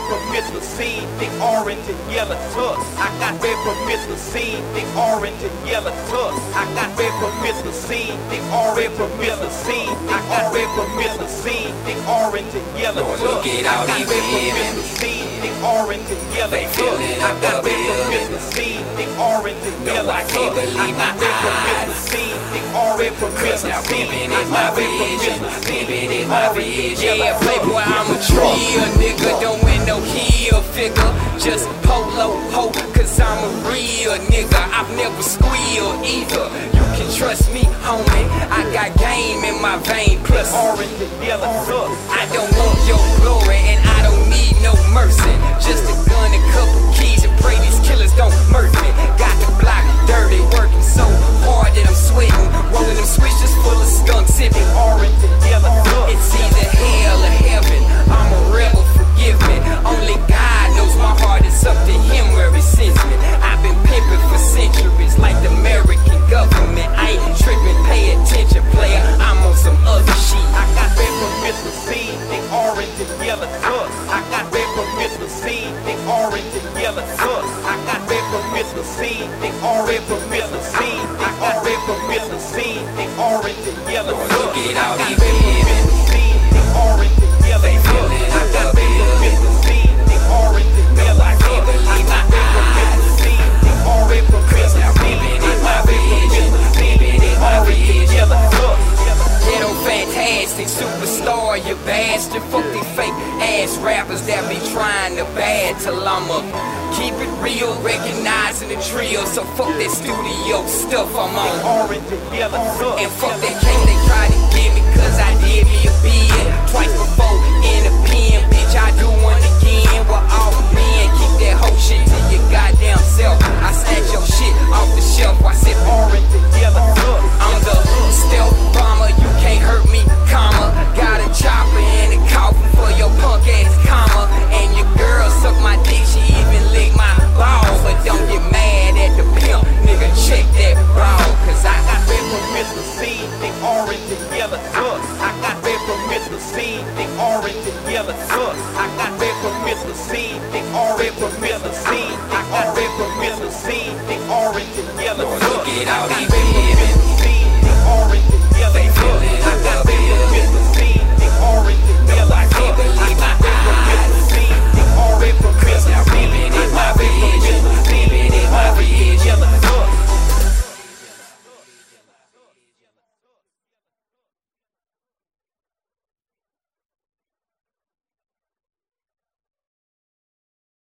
permits the seed, the orange and yellow tusk. I got red permits the seed, the orange and yellow tusk. I got red permits the seed, the orange permits the seed. I got red permits the seed, the orange and yellow Lord, tusk. look it out, I you got red hear permits me? the seed, the orange and yellow They tusk. feeling I up got the red permits building. the seed, the orange and No, yellow I tusk. can't believe my I got red permits the eyes. seed, the orange permits Cause the now seed. pimpin' I is my got red vision, permits the seed, pimpin' the is my orange and vision. yellow Yeah, playboy, tusk. I'm a real nigga, don't win no heel figure. Just polo ho, cause I'm a real nigga. I've never squealed either. You can trust me, homie. I got game in my vein, plus Orange and yellow tusk. I don't want your glory and I don't need no mercy. Just a gun, a couple keys, and pray these killers don't murder me. Got the block dirty, working so hard that I'm sweating. Rolling them switches full of skunks, sipping. orange and yellow tusk. It's either hell or heaven. I'm a rebel, forgive me. Only God knows my heart is up to Him where it sends me. I've been pimping for centuries, like the American government. I ain't tripping, pay attention, player. I'm on some other shit. I got red permits to see the orange and yellow tusk. I got red permits to see the orange and yellow tusk. I got red permits to see the orange permits to see the orange permits to see the orange and yellow Lord, tusk. look it out, I got he red permits to see the orange and yellow They tusk. feeling I got up red here. permits to see the orange and No, yellow I tusk. can't I believe got my red permits to eyes. see the orange permits to Now see baby, the this my orange vision. permits to see Baby, the this my orange and vision. yellow tusk. Ghetto fantastic, superstar, you bastard. Fuck these fake ass rappers that be trying to bad till I'm up. Keep it real, recognizing the trio. So fuck that studio stuff I'm on. orange and yellow tusk. And fuck that cake they try to give me, cause I did me a bid. Twice before in a pen, bitch, I do one again. We're all men, keep that whole shit to your goddamn self. I snatch your shit off the shelf, I sip on orange and yellow tusk. I'm the stealth bomber, you can't hurt me, comma. Got a chopper and a coffin for your punk ass, comma. And your girl suck my dick, she even lick my balls. But don't get mad at the pimp, nigga, check that ball. Cause I got got red permits to see the orange and yellow tusk. I got red permits to see the orange and yellow tusk. I got red permits to see the orange permits to see